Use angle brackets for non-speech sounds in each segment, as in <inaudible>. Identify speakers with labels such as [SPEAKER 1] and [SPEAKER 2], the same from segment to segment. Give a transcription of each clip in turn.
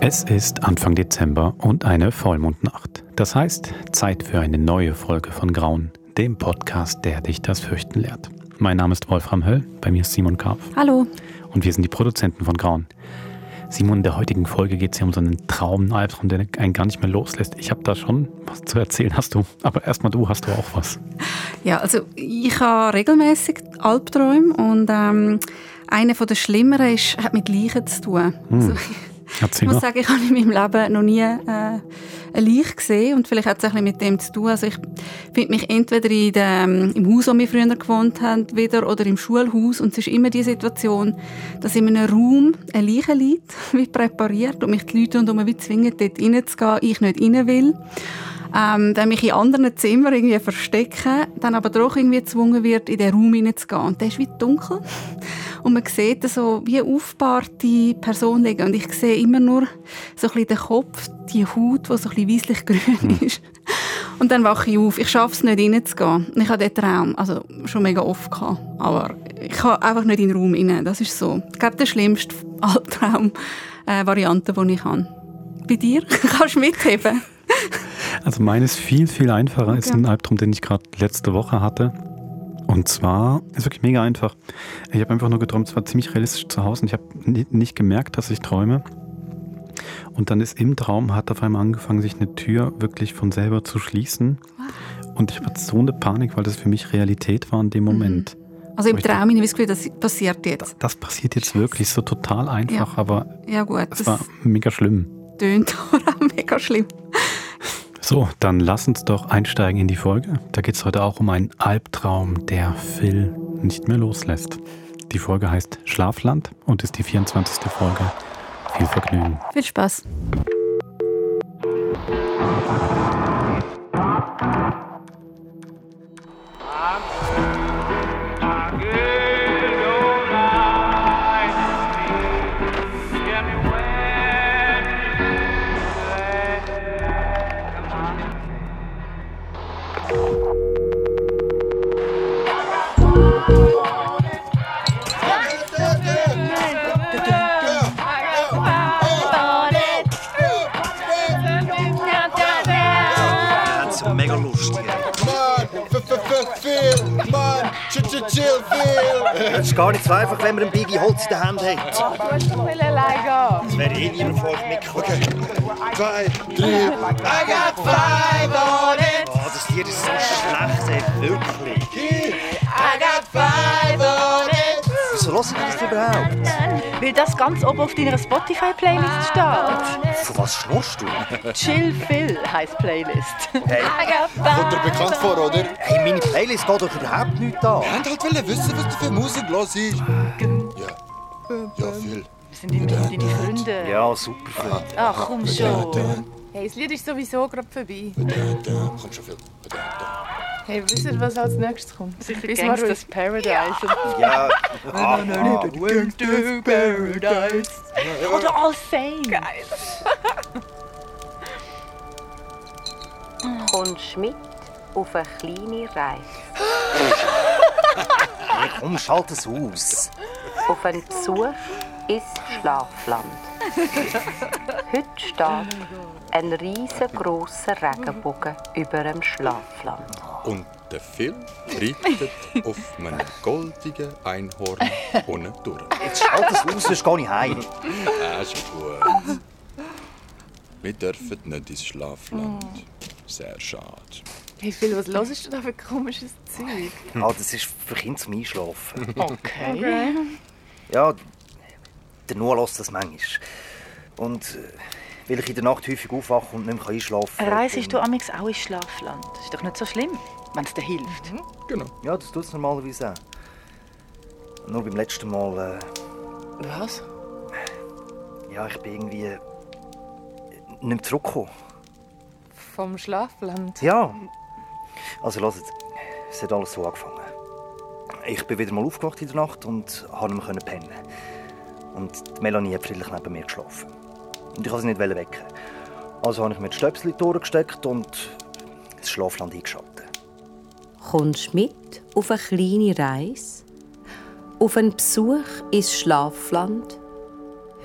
[SPEAKER 1] Es ist Anfang Dezember und eine Vollmondnacht. Das heißt, Zeit für eine neue Folge von Grauen, dem Podcast, der dich das Fürchten lehrt. Mein Name ist Wolfram Höll, bei mir ist Simon Karpf
[SPEAKER 2] Hallo.
[SPEAKER 1] und wir sind die Produzenten von Grauen. Simon, in der heutigen Folge geht es hier um so einen Traum, einen Albtraum, der einen gar nicht mehr loslässt. Ich habe da schon was zu erzählen, hast du. Aber erstmal du, hast du auch was.
[SPEAKER 2] Ja, also ich habe regelmäßig Albträume und ähm, einer von der schlimmeren ist, hat mit Leichen zu tun. Also, ich
[SPEAKER 1] Erzähl
[SPEAKER 2] muss
[SPEAKER 1] mal.
[SPEAKER 2] sagen, ich habe in meinem Leben noch nie äh, eine Leiche gesehen und vielleicht hat es auch ein bisschen mit dem zu tun. Also ich finde mich entweder in dem, im Haus, wo wir früher gewohnt haben, wieder oder im Schulhaus und es ist immer die Situation, dass in einem Raum eine Leiche liegt, <laughs> wie präpariert und mich die Leute rundherum wie zwingen, dort reinzugehen, ich nicht rein will. ähm, der mich in anderen Zimmern irgendwie verstecken, dann aber doch irgendwie gezwungen wird, in den Raum hineinzugehen. Und der ist wie dunkel. Und man sieht da so wie eine aufgebahrte Person liegen. Und ich sehe immer nur so ein bisschen den Kopf, die Haut, die so ein bisschen weisslich-grün ist. Und dann wache ich auf. Ich schaffe es nicht, reinzugehen. Und Ich hatte den Traum, also schon mega oft gehabt. Aber ich kann einfach nicht in den Raum rein. Das ist so. Ich glaube, der schlimmste <laughs> Albtraum-Variante, die ich habe. Bei dir? <laughs> Kannst du mitheben?
[SPEAKER 1] Also meines ist viel, viel einfacher. Ist
[SPEAKER 2] Okay.
[SPEAKER 1] ein Albtraum, den ich gerade letzte Woche hatte. Und zwar, ist wirklich mega einfach. Ich habe einfach nur geträumt, es war ziemlich realistisch zu Hause und ich habe ni- nicht gemerkt, dass ich träume. Und dann ist im Traum, hat auf einmal angefangen, sich eine Tür wirklich von selber zu schließen. Und ich hatte so eine Panik, weil das für mich Realität war in
[SPEAKER 2] Mhm.
[SPEAKER 1] dem Moment.
[SPEAKER 2] Also im
[SPEAKER 1] Richtig.
[SPEAKER 2] Traum, ich habe das Gefühl, das passiert jetzt.
[SPEAKER 1] Das passiert jetzt wirklich so total einfach, aber
[SPEAKER 2] Ja gut,
[SPEAKER 1] es war
[SPEAKER 2] das
[SPEAKER 1] mega schlimm.
[SPEAKER 2] tönt <laughs> aber mega schlimm.
[SPEAKER 1] So, dann lass uns doch einsteigen in die Folge. Da geht es heute auch um einen Albtraum, der Phil nicht mehr loslässt. Die Folge heißt Schlafland und ist die 24. Folge. Viel Vergnügen.
[SPEAKER 2] Viel Spaß.
[SPEAKER 3] Ja, het is mega lustig.
[SPEAKER 4] Mann, viel, Mann, chill, chill, chill, viel.
[SPEAKER 3] Het is gar niet zo einfach, wenn man een Biggie Holz in de hand heeft. Het wäre eh niemand von euch mitgekommen.
[SPEAKER 4] Zwei, drei, I got five on it,
[SPEAKER 3] Oh, das Lied ist so schlecht, ey. Wirklich.
[SPEAKER 4] I got five on it.
[SPEAKER 3] Wieso höre ich das überhaupt?
[SPEAKER 5] Weil das ganz oben auf deiner Spotify-Playlist steht.
[SPEAKER 3] Von was schnurst du?
[SPEAKER 5] Chill Phil heisst <laughs> Playlist.
[SPEAKER 4] Kommt dir bekannt vor, oder?
[SPEAKER 3] Hey, meine Playlist geht doch überhaupt nicht an.
[SPEAKER 4] Und halt will wissen, was du für Musik los ist. Ja, ja, viel.
[SPEAKER 5] Wir sind immer deine Freunde.
[SPEAKER 3] Ja, super, Fred.
[SPEAKER 5] Ach, komm schon.
[SPEAKER 6] Hey, das Lied ist sowieso gerade vorbei.
[SPEAKER 4] Kommt schon viel.
[SPEAKER 6] Hey, wisst ihr, was als nächstes kommt?
[SPEAKER 5] Sicher
[SPEAKER 6] Bis
[SPEAKER 5] Gangsters Paradise.
[SPEAKER 3] Ja. Ah, ah.
[SPEAKER 5] Gangsters Paradise. Oder All Saints. Geil.
[SPEAKER 7] kommst mit auf eine kleine Reise,
[SPEAKER 3] Hey, komm, schalt es aus.
[SPEAKER 7] auf einen Besuch ins Schlafland. Heute steht ein riesengroßer Regenbogen über dem Schlafland.
[SPEAKER 4] Und der Phil reitet auf meinem goldigen Einhorn ohne durch.
[SPEAKER 3] Jetzt schalt es aus, sonst gehe ich heim.
[SPEAKER 4] Ah, ist gut. Wir dürfen nicht ins Schlafland. Sehr schade.
[SPEAKER 6] Hey, Phil, was hörst du da für komisches Zeug?
[SPEAKER 3] Ah, das ist für Kinder zum Einschlafen.
[SPEAKER 5] Okay.
[SPEAKER 3] Ja, der Noah lässt das manchmal. Und äh, weil ich in der Nacht häufig aufwache und nicht mehr einschlafen kann.
[SPEAKER 5] Reisest du
[SPEAKER 3] dann-
[SPEAKER 5] amix auch ins Schlafland? Ist doch nicht so schlimm, wenn es dir hilft.
[SPEAKER 3] Ja, das tut es normalerweise auch. Nur beim letzten Mal,
[SPEAKER 6] Was?
[SPEAKER 3] äh, ja, ich bin irgendwie äh, nicht mehr zurückgekommen.
[SPEAKER 6] Vom Schlafland?
[SPEAKER 3] Ja. Also hört, es hat alles so angefangen. Ich bin wieder mal aufgewacht in der Nacht und konnte nicht mehr pennen. Und die Melanie hat friedlich neben mir geschlafen. Und ich wollte sie nicht wecken. Also habe ich mir die Stöpsel in die Ohren gesteckt und das Schlafland eingeschaltet.
[SPEAKER 7] Kommst mit auf eine kleine Reise, auf einen Besuch ins Schlafland.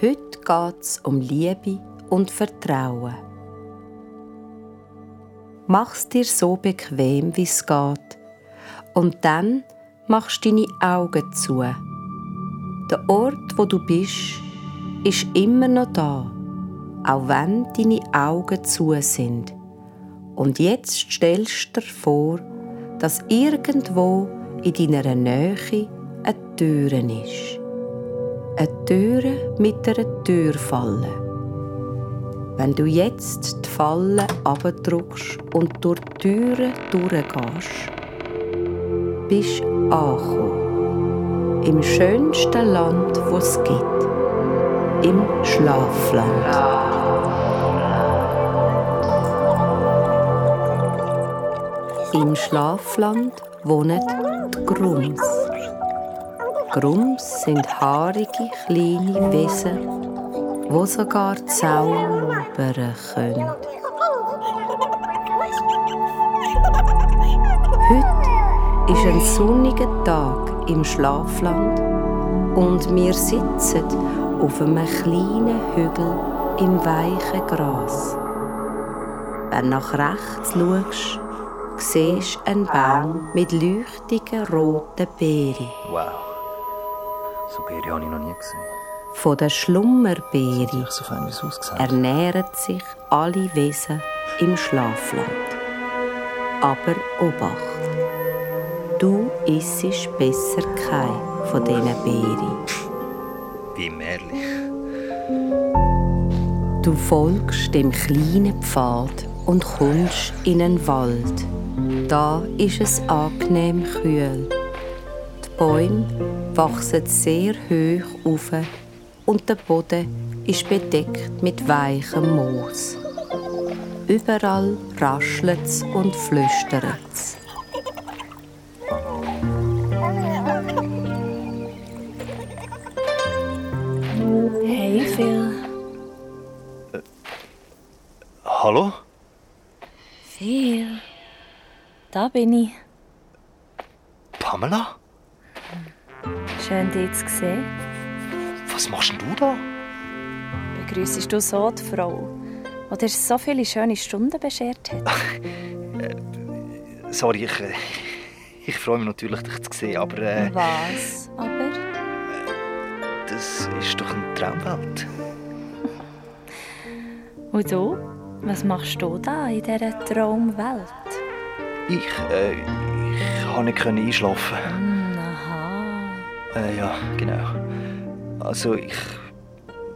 [SPEAKER 7] Heute geht's um Liebe und Vertrauen. Mach's dir so bequem, wie es geht. Und dann machst deine Augen zu. Der Ort, wo du bist, ist immer noch da, auch wenn deine Augen zu sind. Und jetzt stellst du dir vor, dass irgendwo in deiner Nähe eine Türe ist. Eine Türe mit einer Türfalle. Wenn du jetzt die Falle abdrückst und durch die Türe durchgehst, bist du angekommen. Im schönsten Land, wo es gibt. Im Schlafland. Im Schlafland wohnen die Grums. Grums sind haarige kleine Wesen, wo sogar zaubern können. Heute ist ein sonniger Tag im Schlafland und wir sitzen auf einem kleinen Hügel im weichen Gras. Wenn du nach rechts schaust, siehst du einen Baum mit leuchtigen roten Beeren.
[SPEAKER 3] Wow. So Bier habe ich noch nie gesehen.
[SPEAKER 7] Von den Schlummerbeeren
[SPEAKER 3] So fein wie es aussieht.
[SPEAKER 7] ernähren sich alle Wesen im Schlafland. Aber Obacht! Du isst besser keine von diesen Beeren.
[SPEAKER 3] Wie Märchen.
[SPEAKER 7] Du folgst dem kleinen Pfad und kommst in einen Wald. Da ist es angenehm kühl. Die Bäume wachsen sehr hoch auf und der Boden ist bedeckt mit weichem Moos. Überall raschelt es und flüstert es.
[SPEAKER 5] Hey Phil.
[SPEAKER 3] Hallo?
[SPEAKER 5] Phil. Da bin ich.
[SPEAKER 3] Pamela?
[SPEAKER 5] Schön, dich zu sehen.
[SPEAKER 3] Was machst denn du da?
[SPEAKER 5] Begrüßest du so die Frau, die dir so viele schöne Stunden beschert hat?
[SPEAKER 3] Sorry, ich, äh, <laughs> ich freue mich natürlich, dich zu sehen, aber äh,
[SPEAKER 5] Was aber?
[SPEAKER 3] das ist doch eine Traumwelt.
[SPEAKER 5] Und du? Was machst du da in dieser Traumwelt?
[SPEAKER 3] Ich, äh, ich kann nicht können einschlafen.
[SPEAKER 5] Aha.
[SPEAKER 3] Äh, ja, genau. Also ich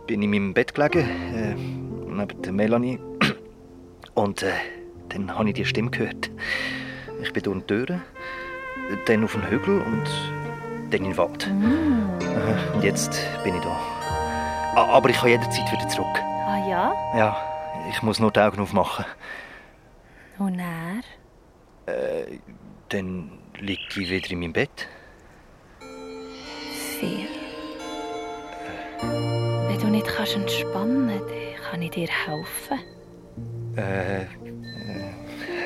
[SPEAKER 3] bin in meinem Bett gelegen, äh, neben der Melanie. <clears throat> Und äh, dann habe ich die Stimme gehört. Ich bin durch die Türe, dann auf den Hügel und dann in den Wald. Äh, Und jetzt bin ich da. Ah, aber ich kann jederzeit wieder zurück.
[SPEAKER 5] Ah ja?
[SPEAKER 3] Ja, ich muss nur die Augen aufmachen.
[SPEAKER 5] Und er?
[SPEAKER 3] Dann liege ich wieder in meinem Bett.
[SPEAKER 5] Phil. Wenn du nicht kannst entspannen kannst, kann ich dir helfen.
[SPEAKER 3] Äh, äh,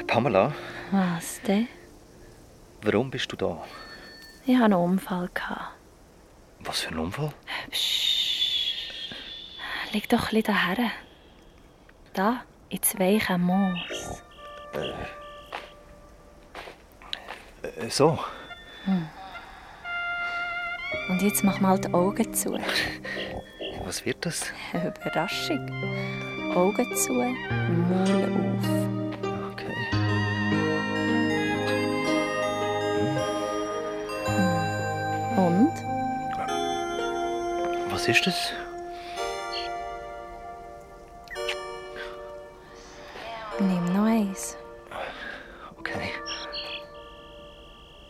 [SPEAKER 3] Pamela,
[SPEAKER 5] Was denn?
[SPEAKER 3] warum bist du da?
[SPEAKER 5] Ich hatte einen Unfall. Gehabt.
[SPEAKER 3] Was für ein Unfall?
[SPEAKER 5] Psst. Lieg doch ein bisschen daher. Da, in zwei Moos.
[SPEAKER 3] Äh, so.
[SPEAKER 5] Und jetzt mach mal die Augen zu. <laughs>
[SPEAKER 3] Was wird das?
[SPEAKER 5] Überraschung. Augen zu, Maul auf.
[SPEAKER 3] Okay.
[SPEAKER 5] Und?
[SPEAKER 3] Was ist das?
[SPEAKER 5] Nimm noch eins.
[SPEAKER 3] Okay.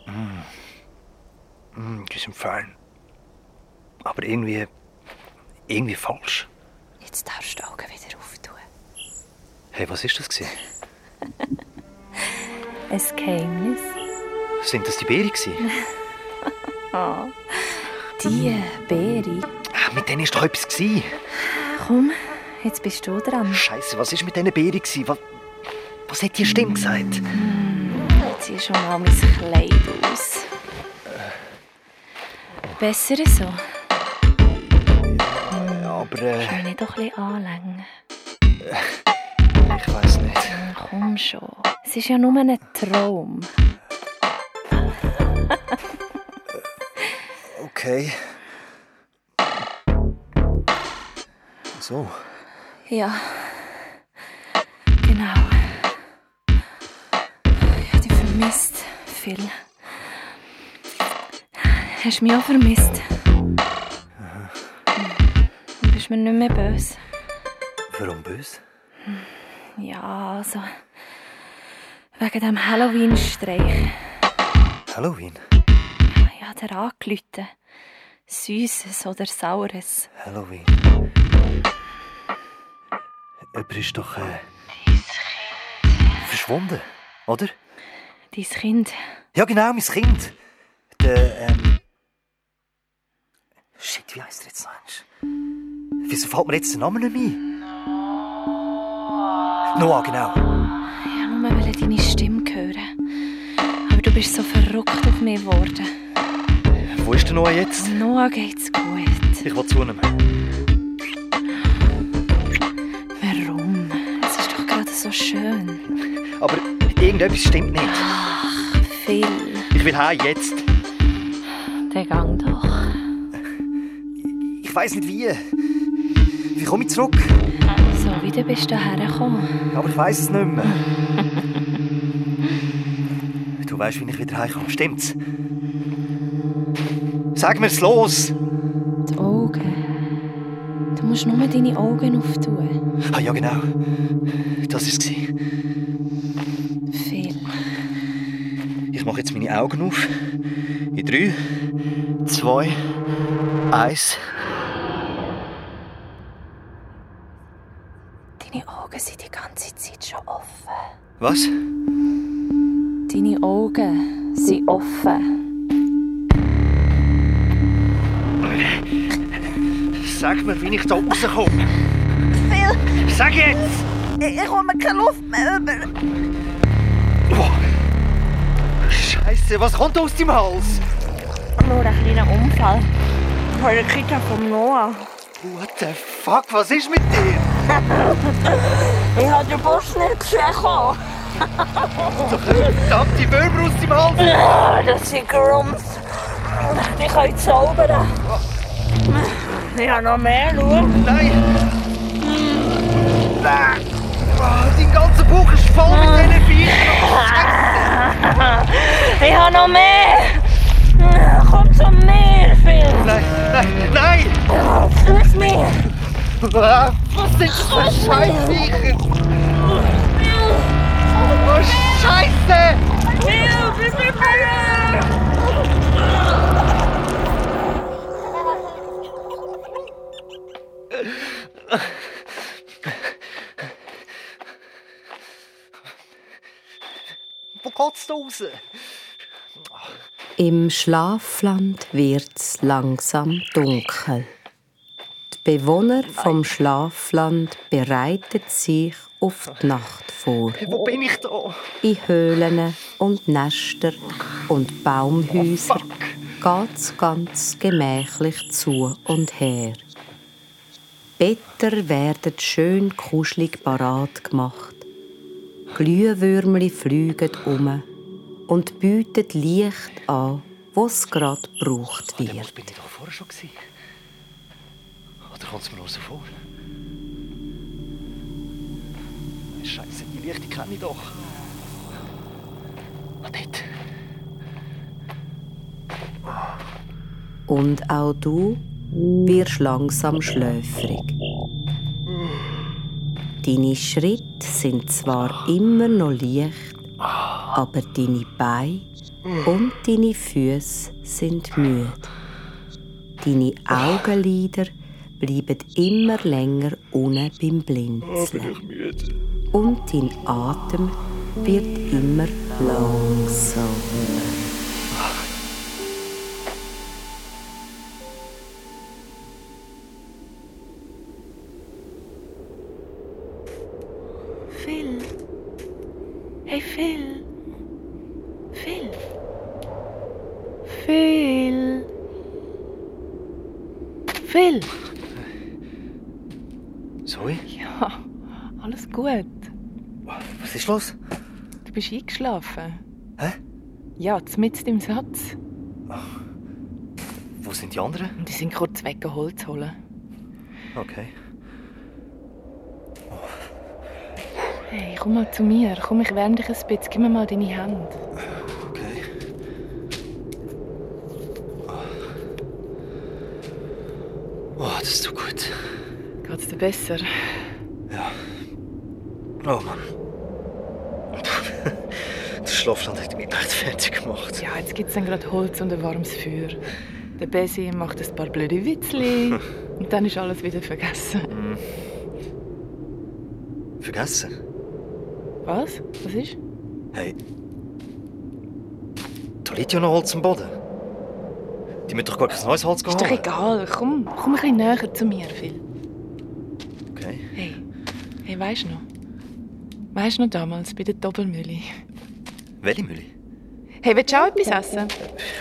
[SPEAKER 3] Hm. Mm. Mm, das ist fein. Aber irgendwie. irgendwie falsch.
[SPEAKER 5] Jetzt darfst du die Augen wieder auftun.
[SPEAKER 3] Hey, was ist das gewesen?
[SPEAKER 5] Ein Geheimnis.
[SPEAKER 3] Sind das die Beeren gewesen?
[SPEAKER 5] <laughs> Die Beere.
[SPEAKER 3] Ah, mit denen ist doch etwas gewesen.
[SPEAKER 5] Komm, jetzt bist du dran.
[SPEAKER 3] Scheiße, was ist mit diesen Beeren gewesen? Was, was hat die Stimme gesagt?
[SPEAKER 5] Ich ziehe schon mal mein Kleid aus. Besser so.
[SPEAKER 3] Aber äh,
[SPEAKER 5] Kann ich doch ein bisschen anlängen. Hm,
[SPEAKER 3] Ich weiß nicht.
[SPEAKER 5] Komm schon. Es ist ja nur ein Traum.
[SPEAKER 3] Okay. So.
[SPEAKER 5] Ja. Genau. Ich habe dich vermisst, Phil. Hast du mich auch vermisst? Du bist mir nicht mehr böse.
[SPEAKER 3] Warum böse?
[SPEAKER 5] Ja, also. Wegen dem Halloween-Streich.
[SPEAKER 3] Halloween.
[SPEAKER 5] Ja, der angelüte. Süßes oder Saures.
[SPEAKER 3] Halloween. Jemand ist doch. Äh, verschwunden, oder?
[SPEAKER 5] Dein Kind.
[SPEAKER 3] Ja, genau, mein Kind. Der. Ähm. Shit, wie heißt er jetzt noch? einmal? Wieso fällt mir jetzt der Name nicht mehr ein? Noah, genau.
[SPEAKER 5] Ich wollte nur wollte deine Stimme hören. Aber du bist so verrückt auf mich geworden.
[SPEAKER 3] Wo ist der Noah jetzt?
[SPEAKER 5] Noah geht's gut.
[SPEAKER 3] Ich will zu ihm.
[SPEAKER 5] Warum? Es ist doch gerade so schön.
[SPEAKER 3] Aber irgendetwas stimmt nicht.
[SPEAKER 5] Phil,
[SPEAKER 3] Ich will heim, jetzt.
[SPEAKER 5] der Gang doch.
[SPEAKER 3] Ich weiß nicht wie. Wie komme ich zurück?
[SPEAKER 5] So wie du bist hierher gekommen.
[SPEAKER 3] Aber ich weiß es nicht mehr. du weißt, wie ich wieder heimkomme, stimmt's? Sag mir's los!
[SPEAKER 5] Die Augen. Du musst nur deine Augen auftun.
[SPEAKER 3] Ah ja, genau. Das war's. gewesen.
[SPEAKER 5] Phil,
[SPEAKER 3] Ich mache jetzt meine Augen auf. In drei, zwei, eins.
[SPEAKER 5] deine Augen sind die ganze Zeit schon offen.
[SPEAKER 3] Was?
[SPEAKER 5] Deine Augen sind offen.
[SPEAKER 3] Sag mir, wie ich da rauskomme. Phil! Sag jetzt! Ich, komme keine Luft mehr über. Scheiße, was kommt aus dem Hals?
[SPEAKER 5] Nur ein kleiner Unfall. Von der Kita von Noah.
[SPEAKER 3] What the fuck, was ist mit dir?
[SPEAKER 5] Ich habe den Bus nicht gesehen.
[SPEAKER 3] Verdammte Würmer aus dem Hals!
[SPEAKER 5] Das sind Grumps. Ich kann zaubern. Ich habe noch mehr, schau.
[SPEAKER 3] Nein! Nein! Oh, dein ganzer Bauch ist voll mit diesen Viechern!
[SPEAKER 5] Ich habe noch mehr. Komm zu mir, Phil.
[SPEAKER 3] Nein, nein, nein!
[SPEAKER 5] Lass mich.
[SPEAKER 3] Ah, Was sind das für Scheißviecher? Oh, Scheiße! Wo geht's da raus?
[SPEAKER 7] Im Schlafland wird's langsam dunkel. Die Bewohner vom Schlafland bereiten sich auf die Nacht vor.
[SPEAKER 3] Wo bin ich da?
[SPEAKER 7] In Höhlen und Nester und Baumhäuser geht's ganz gemächlich zu und her. Better werden schön kuschelig parat gemacht. Glühwürmli fliegen um und bieten Licht an, was grad gebraucht
[SPEAKER 3] Was
[SPEAKER 7] wird.
[SPEAKER 3] bin ich da vorher schon? Gewesen? Oder kommt es mir nur so vor? Scheiße, die Lichter kenne ich doch. Ah, dort.
[SPEAKER 7] Und auch du wirst langsam schläfrig. Deine Schritte sind zwar immer noch leicht, aber deine Beine und deine Füße sind müde. Deine Augenlider bleiben immer länger unten beim Blinzeln. Und dein Atem wird immer langsamer.
[SPEAKER 5] Phil. Hey, Phil. Phil. Phil. Phil.
[SPEAKER 3] Zoe?
[SPEAKER 5] Ja,
[SPEAKER 6] Alles gut.
[SPEAKER 3] Was ist los?
[SPEAKER 6] Du bist eingeschlafen.
[SPEAKER 3] Hä?
[SPEAKER 6] Ja, mitten im Satz.
[SPEAKER 3] Wo sind die anderen?
[SPEAKER 6] Und die sind kurz weg, um Holz zu holen.
[SPEAKER 3] Okay.
[SPEAKER 6] Hey, komm mal zu mir. Komm, ich wärme dich ein bisschen. Gib mir mal deine Hand.
[SPEAKER 3] Okay. Oh, das tut gut.
[SPEAKER 6] Geht's dir besser?
[SPEAKER 3] Oh Mann. <laughs> Der Schlafstand hat mich echt fertig gemacht.
[SPEAKER 6] Ja, jetzt gibt's dann gerade Holz und ein warmes Feuer. Der Besi macht ein paar blöde <laughs> Witzli. und dann ist alles wieder vergessen.
[SPEAKER 3] Vergessen?
[SPEAKER 6] Was? Was ist?
[SPEAKER 3] Hey. Da liegt ja noch Holz am Boden. Die müssen doch gar kein neues Holz
[SPEAKER 6] Ist doch
[SPEAKER 3] holen.
[SPEAKER 6] egal. Komm, komm ein bisschen näher zu mir, Phil.
[SPEAKER 3] Okay.
[SPEAKER 6] Hey, hey, weisst du noch? Weisst du noch damals bei der Doppelmühle?
[SPEAKER 3] Welche Mühle?
[SPEAKER 6] Hey, willst du auch etwas essen?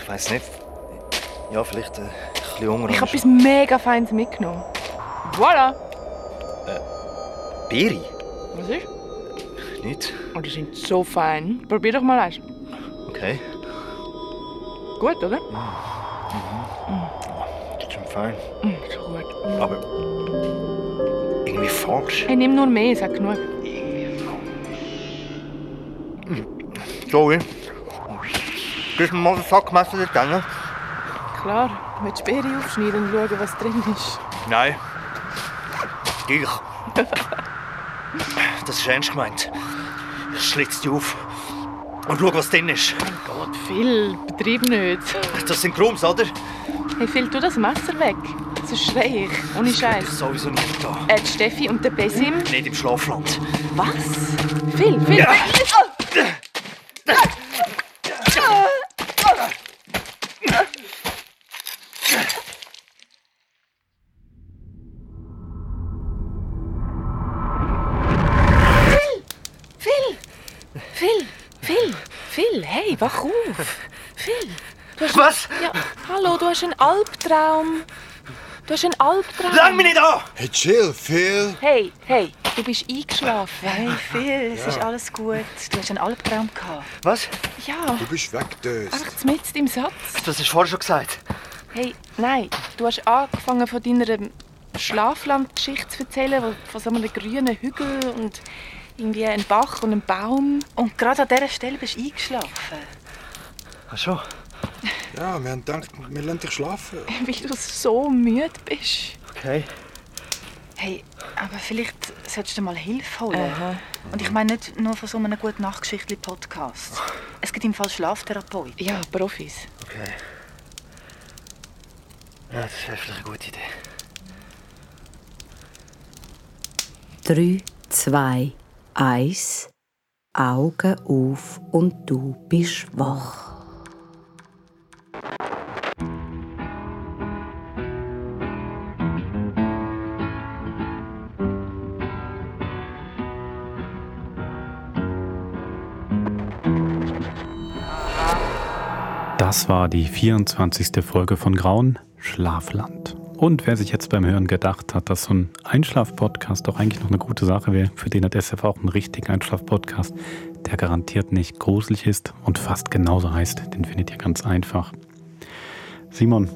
[SPEAKER 3] Ich weiß nicht. Ja, vielleicht äh, ein bisschen Hunger.
[SPEAKER 6] Ich habe etwas mega Feines mitgenommen. Voilà!
[SPEAKER 3] Beere?
[SPEAKER 6] Was ist?
[SPEAKER 3] Nicht?
[SPEAKER 6] Oh, die sind so fein. Probier doch mal eins.
[SPEAKER 3] Okay.
[SPEAKER 6] Gut, oder?
[SPEAKER 3] Das ist schon fein.
[SPEAKER 6] Mm, so gut.
[SPEAKER 3] Aber. Irgendwie falsch.
[SPEAKER 6] Hey, nimm nur mehr, sag genug.
[SPEAKER 3] Joey. Gib mir mal den Sackmesser dort hin.
[SPEAKER 6] Klar, willst du Beere aufschneiden und schauen, was drin ist?
[SPEAKER 3] Nein. Dich. <laughs> Das ist ernst gemeint. Ich schlitz dich auf. Und schau, was drin ist.
[SPEAKER 6] Mein Gott, Phil, betrieb nicht.
[SPEAKER 3] Das sind Grums, oder?
[SPEAKER 6] Hey, Phil, tu das Messer weg. Sonst schrei ich. Ohne
[SPEAKER 3] Das ist
[SPEAKER 6] Scheiß.
[SPEAKER 3] sowieso nicht da.
[SPEAKER 6] Äh, die Steffi und der Besim.
[SPEAKER 3] Nicht im Schlafland.
[SPEAKER 6] Was? Phil, Phil,
[SPEAKER 3] Ja.
[SPEAKER 6] weg! Phil! Phil! Phil! Phil! Hey, wach auf! Phil!
[SPEAKER 3] Was?
[SPEAKER 6] Ja, hallo, du hast einen Albtraum! Du hast einen Albtraum!
[SPEAKER 3] Lang mich nicht an!
[SPEAKER 4] Hey, chill, Phil.
[SPEAKER 6] Hey, hey, du bist eingeschlafen. Hey, Phil, es ist alles gut. Du hast einen Albtraum gehabt.
[SPEAKER 3] Was?
[SPEAKER 6] Ja,
[SPEAKER 4] Du bist weggedöst.
[SPEAKER 6] einfach mitten im Satz.
[SPEAKER 3] Das hast du vorher schon gesagt.
[SPEAKER 6] Hey, nein, du hast angefangen von deiner ähm, Schlaflandgeschichte zu erzählen, wo- von so einem grünen Hügel und irgendwie einem Bach und einem Baum.
[SPEAKER 8] Und gerade an dieser Stelle bist du eingeschlafen.
[SPEAKER 3] Ach schon.
[SPEAKER 4] Ja, wir haben gedacht, wir lassen dich schlafen.
[SPEAKER 6] <laughs> Weil du so müde bist.
[SPEAKER 3] Okay.
[SPEAKER 8] Hey, aber vielleicht solltest du mal Hilfe holen.
[SPEAKER 6] Aha.
[SPEAKER 8] Und ich meine nicht nur von so einem guten Nachtgeschichtli-Podcast. Es gibt im Fall Schlaftherapeut.
[SPEAKER 6] Ja, Profis.
[SPEAKER 3] Okay. Ja, das wäre vielleicht eine gute Idee.
[SPEAKER 7] 3, 2, 1. Augen auf und du bist wach.
[SPEAKER 1] Das war die 24. Folge von Grauen Schlafland. Und wer sich jetzt beim Hören gedacht hat, dass so ein Einschlaf-Podcast doch eigentlich noch eine gute Sache wäre, für den hat SF auch einen richtigen Einschlaf-Podcast, der garantiert nicht gruselig ist und fast genauso heißt, den findet ihr ganz einfach. Simon,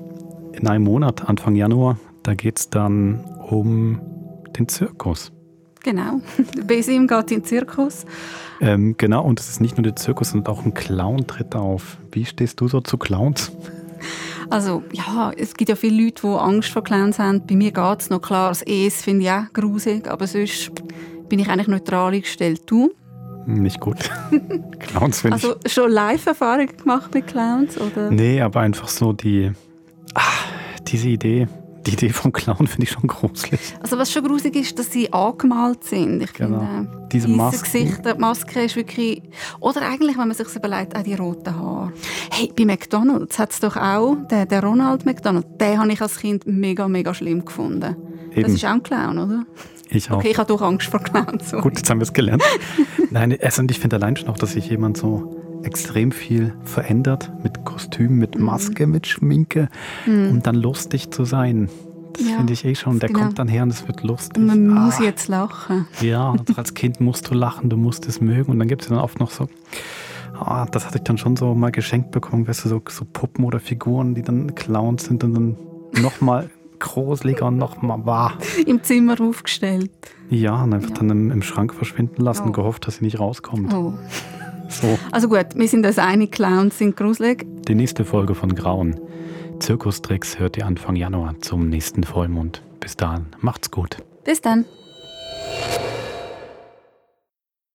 [SPEAKER 1] in einem Monat, Anfang Januar, da geht es dann um den Zirkus.
[SPEAKER 2] Genau. <laughs> Besim geht in den Zirkus.
[SPEAKER 1] Ähm, genau, und es ist nicht nur der Zirkus, sondern auch ein Clown tritt auf. Wie stehst du so zu Clowns?
[SPEAKER 2] Also, ja, es gibt ja viele Leute, die Angst vor Clowns haben. Bei mir geht es noch klar. Das Es finde ich auch grusig, aber sonst bin ich eigentlich neutral eingestellt. Du?
[SPEAKER 1] Nicht gut. <laughs> Clowns finde
[SPEAKER 2] Also, schon Live-Erfahrungen gemacht mit Clowns? Oder?
[SPEAKER 1] ich. Nee, aber einfach so die. Ah, diese Idee. Die Idee vom Clown finde ich schon gruselig.
[SPEAKER 2] Also, was schon grusig ist, dass sie angemalt sind. Ich
[SPEAKER 1] Genau.
[SPEAKER 2] finde,
[SPEAKER 1] Diese
[SPEAKER 2] weisse
[SPEAKER 1] Masken.
[SPEAKER 2] Gesichter, die Maske ist wirklich... Oder eigentlich, wenn man sich überlegt, auch die roten Haare. Hey, bei McDonalds hat es doch auch den, den Ronald McDonald. Den habe ich als Kind mega, mega schlimm gefunden. Das
[SPEAKER 1] Eben,
[SPEAKER 2] ist auch ein Clown, oder?
[SPEAKER 1] ich auch.
[SPEAKER 2] Okay, ich habe doch Angst vor Clowns. sorry.
[SPEAKER 1] Gut, jetzt haben wir es gelernt. <laughs> Nein, also, und ich finde allein schon auch, dass sich jemand so extrem viel
[SPEAKER 2] Mhm.
[SPEAKER 1] verändert mit Kostüm, mit Maske, mit Schminke, um dann lustig zu sein. Das
[SPEAKER 6] Ja.
[SPEAKER 1] finde ich eh schon. Der
[SPEAKER 2] Genau.
[SPEAKER 1] kommt dann her und es wird lustig.
[SPEAKER 2] Und man
[SPEAKER 1] Ah.
[SPEAKER 2] muss jetzt lachen.
[SPEAKER 1] Ja, und als Kind musst du lachen, du musst es mögen. Und dann gibt es dann oft noch so, ah, das hatte ich dann schon so mal geschenkt bekommen, weißt du, so, so Puppen oder Figuren, die dann Clowns sind und dann nochmal gruseliger und nochmal wahr.
[SPEAKER 2] Im Zimmer aufgestellt.
[SPEAKER 1] Ja, und einfach
[SPEAKER 2] Ja.
[SPEAKER 1] dann im, im Schrank verschwinden lassen,
[SPEAKER 2] Oh.
[SPEAKER 1] gehofft, dass sie nicht rauskommt.
[SPEAKER 2] Oh.
[SPEAKER 1] So,
[SPEAKER 2] Also gut, wir sind uns einig, Clowns sind gruselig.
[SPEAKER 1] die nächste Folge von Grauen. Zirkustricks hört ihr Anfang Januar zum nächsten Vollmond. Bis dahin, macht's gut.
[SPEAKER 2] Bis dann.